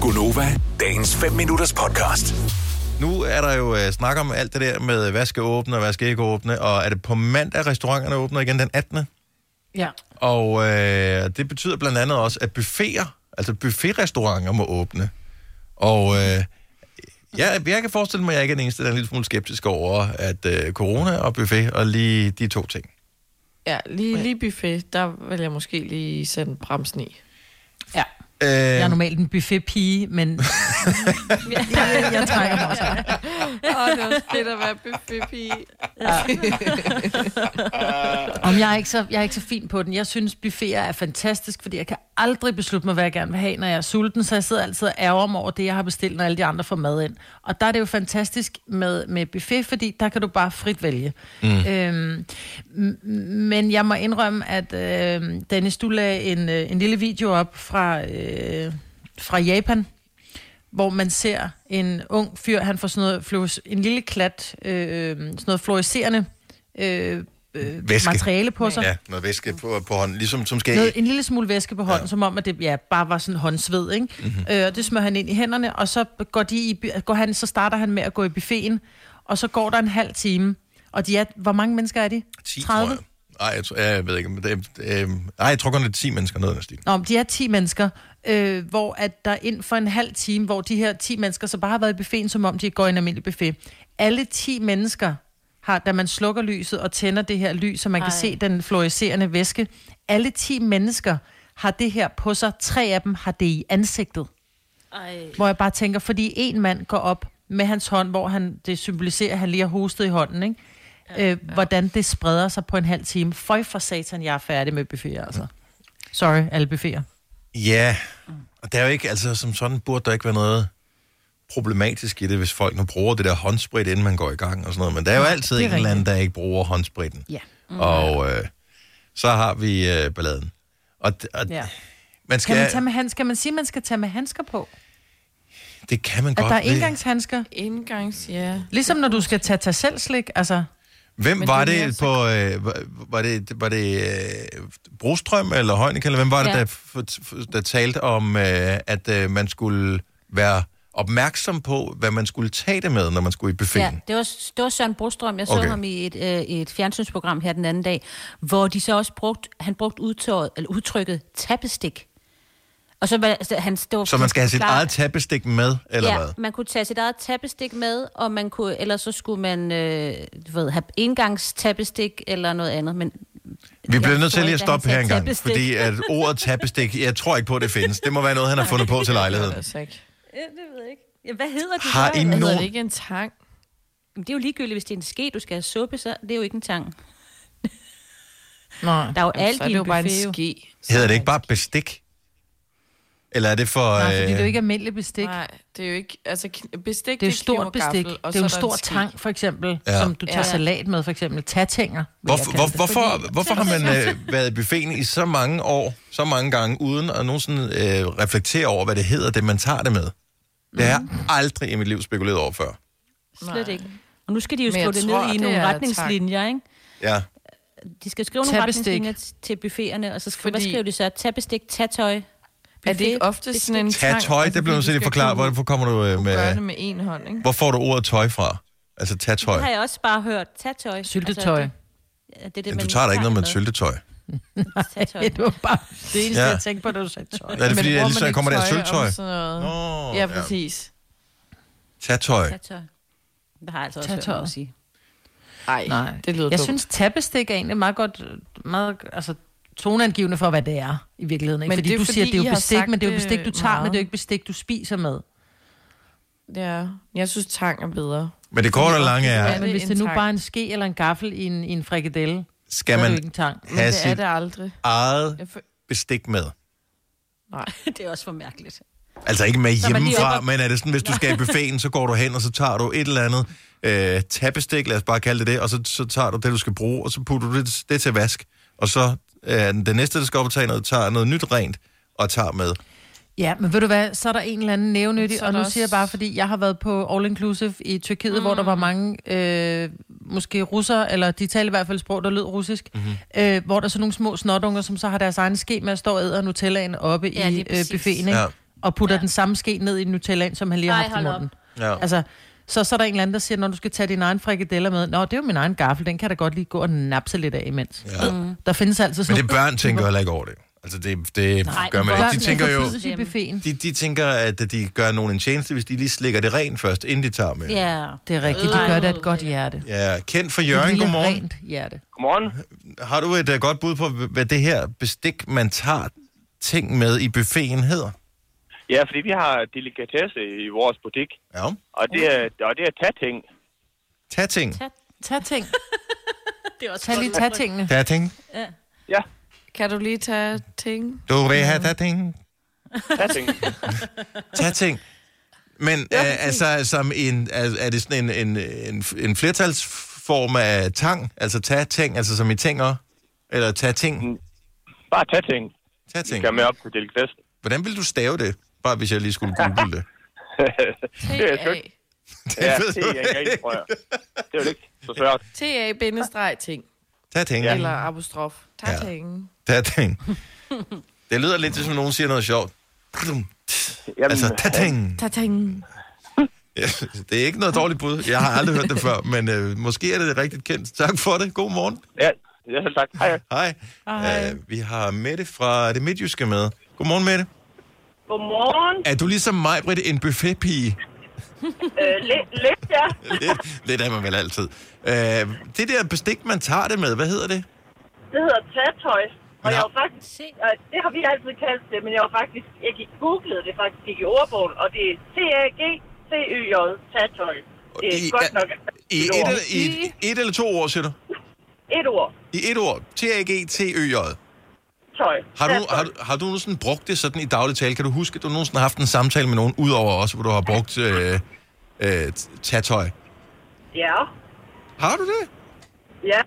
Gunova, dagens 5 minutters podcast. Nu er der jo øh, snak om alt det der med, hvad skal åbne og hvad skal ikke åbne, og er det på mandag, restauranterne åbner igen den 18. Ja. Og øh, det betyder blandt andet også, at buffeter, altså buffetrestauranter må åbne. Og øh, jeg, jeg kan forestille mig, at jeg ikke er den eneste, der er en lille smule skeptisk over, at øh, corona og buffet og lige de to ting. Ja, lige, lige buffet, der vil jeg måske lige sende bremsen i. Ja. Øh, Jeg er normalt en buffetpige, men jeg, jeg trækker mig også. Åh, oh, det var fedt at være buffetpige. Om jeg, er ikke så, jeg er ikke så fin på den. Jeg synes, buffeter er fantastisk, fordi jeg kan aldrig beslutte mig, hvad jeg gerne vil have, når jeg er sulten, så jeg sidder altid og ærger mig over det, jeg har bestilt, når alle de andre får mad ind. Og der er det jo fantastisk med, med buffet, fordi der kan du bare frit vælge. Mm. Øhm, m- men jeg må indrømme, at øh, Dennis, du lagde en, øh, en lille video op fra, øh, fra Japan, hvor man ser en ung fyr, han får sådan noget, fluores- en lille klat, øh, sådan noget fluorescerende øh, øh, Væske. materiale på sig. Ja, noget væske på, på hånden, ligesom som skal Noget, en lille smule væske på hånden, ja. som om, at det ja, bare var sådan håndsved, ikke? Mm-hmm. Mhm. Øh, og det smører han ind i hænderne, og så går, de i, bu- går han, så starter han med at gå i buffeten, og så går der en halv time. Og de er, hvor mange mennesker er de? 10, tror jeg. Ej, jeg, tror, ja, jeg ved ikke, men det, øh, ej, jeg tror kun, det er 10 mennesker, noget af den stil. Nå, men de er 10 mennesker, øh, hvor at der inden for en halv time, hvor de her 10 mennesker så bare har været i buffeten, som om de går i en almindelig buffet. Alle 10 mennesker har, da man slukker lyset og tænder det her lys, så man Ej. kan Ej. se den fluorescerende væske, alle 10 mennesker har det her på sig. Tre af dem har det i ansigtet. Ej. Hvor jeg bare tænker, fordi en mand går op med hans hånd, hvor han, det symboliserer, at han lige har hostet i hånden, ikke? Øh, hvordan det spreder sig på en halv time. Føj for satan, jeg er færdig med buffeter, altså. Sorry, alle buffeter. Ja, og der er jo ikke, altså som sådan burde der ikke være noget problematisk i det, hvis folk nu bruger det der håndsprit, inden man går i gang og sådan noget. Men der er jo altid det en er eller anden, der ikke bruger håndspritten. Ja. Og øh, så har vi øh, balladen. Og, d- og ja. Ja. man Kan skal, man, tage med handsker? kan man sige, at man skal tage med handsker på? det kan man At godt. der er det- engangshandsker? Indgangs, ja. Ligesom når du skal tage tag selv slik, altså... Hvem Men var det er det så- på, øh, var- var det, var det øh, Brostrøm eller Heunicke, eller hvem var det, ja. Ja. der, f- f- der talte om, øh, at øh, man skulle være opmærksom på, hvad man skulle tage det med, når man skulle i buffeten? Ja, det var, det var Søren Brostrøm. Jeg så Okay. okay. ham i et, øh, et fjernsynsprogram her den anden dag, hvor de så også brugt, han brugte udtøjet, eller udtrykket tappestik. Og så var, altså, han stod Så man skal have sit klar- eget tappestik med, eller ja, ja. hvad? man kunne tage sit eget tappestik med, og man kunne, eller så skulle man øh, du ved, have engangstappestik eller noget andet. Men Vi bliver Jeg nødt til tror lige ikke, at at stoppe han her sagde engang, tappestik. fordi at ordet tappestik, jeg tror ikke på, at det findes. Det må være noget, han har fundet på til lejligheden. Altså ikke. ja, det ved jeg ikke. Ja, hvad hedder det Har så? I Hvad Nogen- hedder det ikke en tang? Jamen, Det er jo ligegyldigt, hvis det er en ske, du skal have suppe, så det er jo ikke en tang. Nej. Der er jo Jamen, alt så er i det jo en bare en buffet. jo. ske. Hedder det ikke bare bestik? Eller er det for... Nej, fordi øh, det er jo ikke almindeligt bestik. Nej, Nej, det er jo ikke... Altså, kn- bestik, det er jo kniv og stort bestik. gaffel, og Det er jo en så der stor ske. tang, for eksempel, Ja. ja. som du tager ja. Ja. salat med, for eksempel. Tatænger, vil jeg Hvorfor, kalde hvor, det. hvorfor, hvorfor har man øh, været i buffeten i så mange år, så mange gange, uden at nogensinde øh, reflektere over, hvad det hedder, det man tager det med? Det har jeg aldrig i mit liv spekuleret over før. Slet ikke. Og nu skal de jo Men jeg skrive det tror, ned i det nogle er retningslinjer, ikke? Ja. De skal skrive nogle Tabestik. retningslinjer t- til buffeterne, og så skriver, Fordi- hvad skriver de så? Tabestik, tatøj. Er det ikke ofte sådan en Tag tang? tøj, Altså, det bliver fordi nødt til du at skal forklare. kunne Hvorfor kommer du øh, Gøre det med... med en hånd, ikke? Hvor får du ordet tøj fra? Altså tag tøj. Det har jeg også bare hørt. Tatøj. Syltetøj. Altså, det, ja, det, er det, Men man du tager da ikke noget med et syltetøj. syltetøj. Det var bare det eneste, Ja. ja. jeg tænkte på, da du sagde tøj. Er det fordi, at bruger lige man så ikke kommer der tøj sølvtøj? om sådan noget? Nå, Ja, præcis. Tag tøj. Tatøj. Det har jeg altså også Tatøj. hørt at sige. Ej, Nej, det lyder Jeg dumt. synes, tappestik er egentlig meget godt, meget, altså toneangivende for, hvad det er i virkeligheden. Ikke? Men Men fordi det er du fordi, siger, det er I jo har bestik, sagt men det er jo det bestik, du tager, meget. meget. men det er jo ikke bestik, du spiser med. Ja, jeg synes, tang er bedre. Men det korte og lange Ja, Ja, det er, er men hvis en det nu tang. bare er en ske eller en gaffel i en, i en frikadelle, så skal er det jo man ikke en tang. Men have det er sit det aldrig. eget Jeg for... bestik med. Nej. det er også for mærkeligt. Altså ikke med Så man lige hjemmefra, åbner- men er det sådan, hvis du skal i buffeten, så går du hen, og så tager du et eller andet øh, tappestik, lad os bare kalde det det, og så, så tager du det, du skal bruge, og så putter du det, det til vask, og så øh, den næste, der skal op og tage noget, tager noget nyt rent og tager med. Ja, men ved du hvad, så er der en eller anden nævnyttig, Så er og nu der også- siger jeg bare, fordi jeg har været på All Inclusive i Tyrkiet, mm. hvor der var mange, øh, måske russere, eller de talte i hvert fald et sprog, der lød russisk, mm-hmm. øh, hvor der er sådan nogle små snotunger, som så har deres egen ske med at stå og æde Nutellaen oppe Ja, i lige øh, præcis. buffeten, ikke? Ja. Ja. og putter ja. den samme ske ned i Nutella, som han lige har Ej, haft i hold op. munden. Ja. Altså, så, så er der en eller anden, der siger, når du skal tage din egen frikadeller med, nå, det er jo min egen gaffel, den kan da godt lige gå og napse lidt af imens. Ja. Mm. Der findes altid Men sådan det børn tænker heller ikke over det. Altså, det, det Nej, altså, gør man ikke. voksne De tænker jo... forbydes altså i buffeten. De, de tænker, at de gør nogen en tjeneste, hvis de lige slikker det rent først, inden de tager med. Ja. Det er rigtigt, de gør det af et godt hjerte. Ja, kendt for Et Jørgen, lille godmorgen. rent hjerte. Godmorgen. Har du et uh, godt bud på, h- hvad det her bestik, man tager ting med i buffeten hedder? Ja, fordi vi har delikatesse i vores butik, Ja. og det er, og det er tatting. Tag ting. Tag ting. Det er også Tag lige tag tingene. Tag ting. Ja, Kan du lige tage ting? Du vil have tag ting. tatting. Tag ting. Men øh, altså, som en, er, er det sådan en, en, en, en flertalsform af tang? Altså tag ting, altså som i tinger? Eller tag ting? Bare tatting. Tag Vi ting. skal med op til delikatessen. Hvordan vil du stave det? Bare hvis jeg lige skulle google det. Det er sødt. Ja, ved det du er ikke rigtig, tror jeg. Det er jo ikke så svært. TA-ting. Tag ting. Ja. Eller apostrof. Tak, Ja. ja. Tag ting. Det lyder lidt, som nogen siger noget sjovt. Jamen, Altså, tag ting. Tating. Ja, det er ikke noget dårligt bud. Jeg har aldrig hørt det før, men øh, måske er det rigtigt kendt. Tak for det. God morgen. ja, ja, selv tak. Hej. Hej. Hej. Øh, vi har Mette fra det midtjyske med. Godmorgen, Mette. Godmorgen. Er du ligesom mig, Britt, en buffetpige? Øh, lidt, lidt, ja. Lidt, lidt er man vel altid. Øh, det der bestik, man tager det med, hvad hedder det? Det hedder tatøj. Og Ja. jeg var faktisk, Se. øh, det har vi altid kaldt det, men jeg var faktisk, jeg gik googlede det faktisk, gik i ordbogen, og det er T-A-G-C-Y-J, tatøj. Det er I- godt nok I et, eller, i et, et eller to ord, siger du? et ord. I et ord. T-A-G-T-Ø-J. Tøj. Har du, Tatøj. har, du- har du nogensinde brugt det sådan i daglig tale? Kan du huske, at du nogensinde har haft en samtale med nogen udover os, hvor du har brugt øh, øh, tatøj? Ja. Har du det? Ja.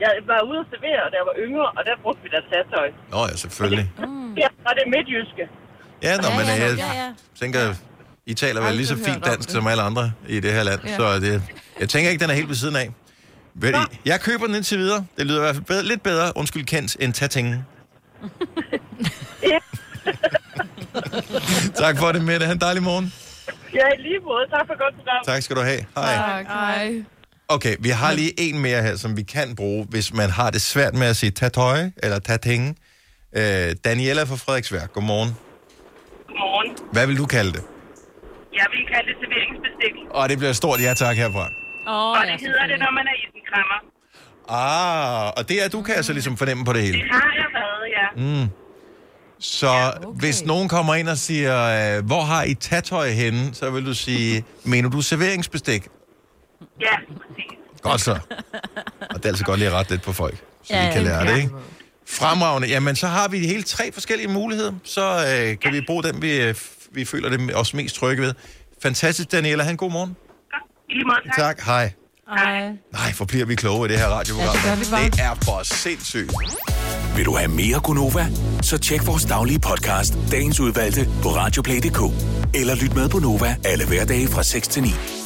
Jeg var ude og servere, da jeg var yngre, og der brugte vi da tatøj. Nå ja, selvfølgelig. Hmm. Ja, og det er midtjyske. Ja, nå, Ja, men ja, jeg ja, ja. tænker, I taler vel Aldrig lige så hørt fint om dansk det. som alle andre i det her land, Ja. så det, jeg tænker ikke, den er helt ved siden af. Vel, jeg køber den indtil videre. Det lyder i hvert fald bedre, lidt bedre, undskyld kendt, end tatingen. tak for det, Mette. Ha' en dejlig morgen. Ja, i lige måde. Tak for godt program. Tak skal du have. Hej. Tak, hej. Okay, vi har lige en mere her, som vi kan bruge, hvis man har det svært med at sige tatøj eller tatenge. Øh, Daniela fra Frederiksværk, godmorgen. Godmorgen. Hvad vil du kalde det? Jeg vil kalde det serveringsbestik, Og det bliver et stort ja tak herfra. Åh, oh, ja, selvfølgelig. man er isenkrammer. Ah, og det er du, kan jeg så ligesom fornemme på det hele. har jeg været, ja. Mm. Så okay. hvis nogen kommer ind og siger, øh, hvor har I tatøj henne, så vil du sige, mener du serveringsbestik? Ja, præcis. Godt så. Og det er altså godt lige at rette lidt på folk, så ja, Ja, de kan ja, lære det, ikke? Fremragende. Jamen, så har vi hele tre forskellige muligheder. Så øh, kan vi bruge den, vi, øh, f- vi føler det os mest trygge ved. Fantastisk, Daniela. Han god morgen. I lige måde, Tak. Hej. Ej. Nej, hvor bliver vi kloge i det her radioprogram. Ja, det gør vi bare. det er for sindssygt. Vil du have mere Gunova? Så tjek vores daglige podcast, dagens udvalgte, på radioplay.dk. Eller lyt med på Nova alle hverdage fra 6 til 9.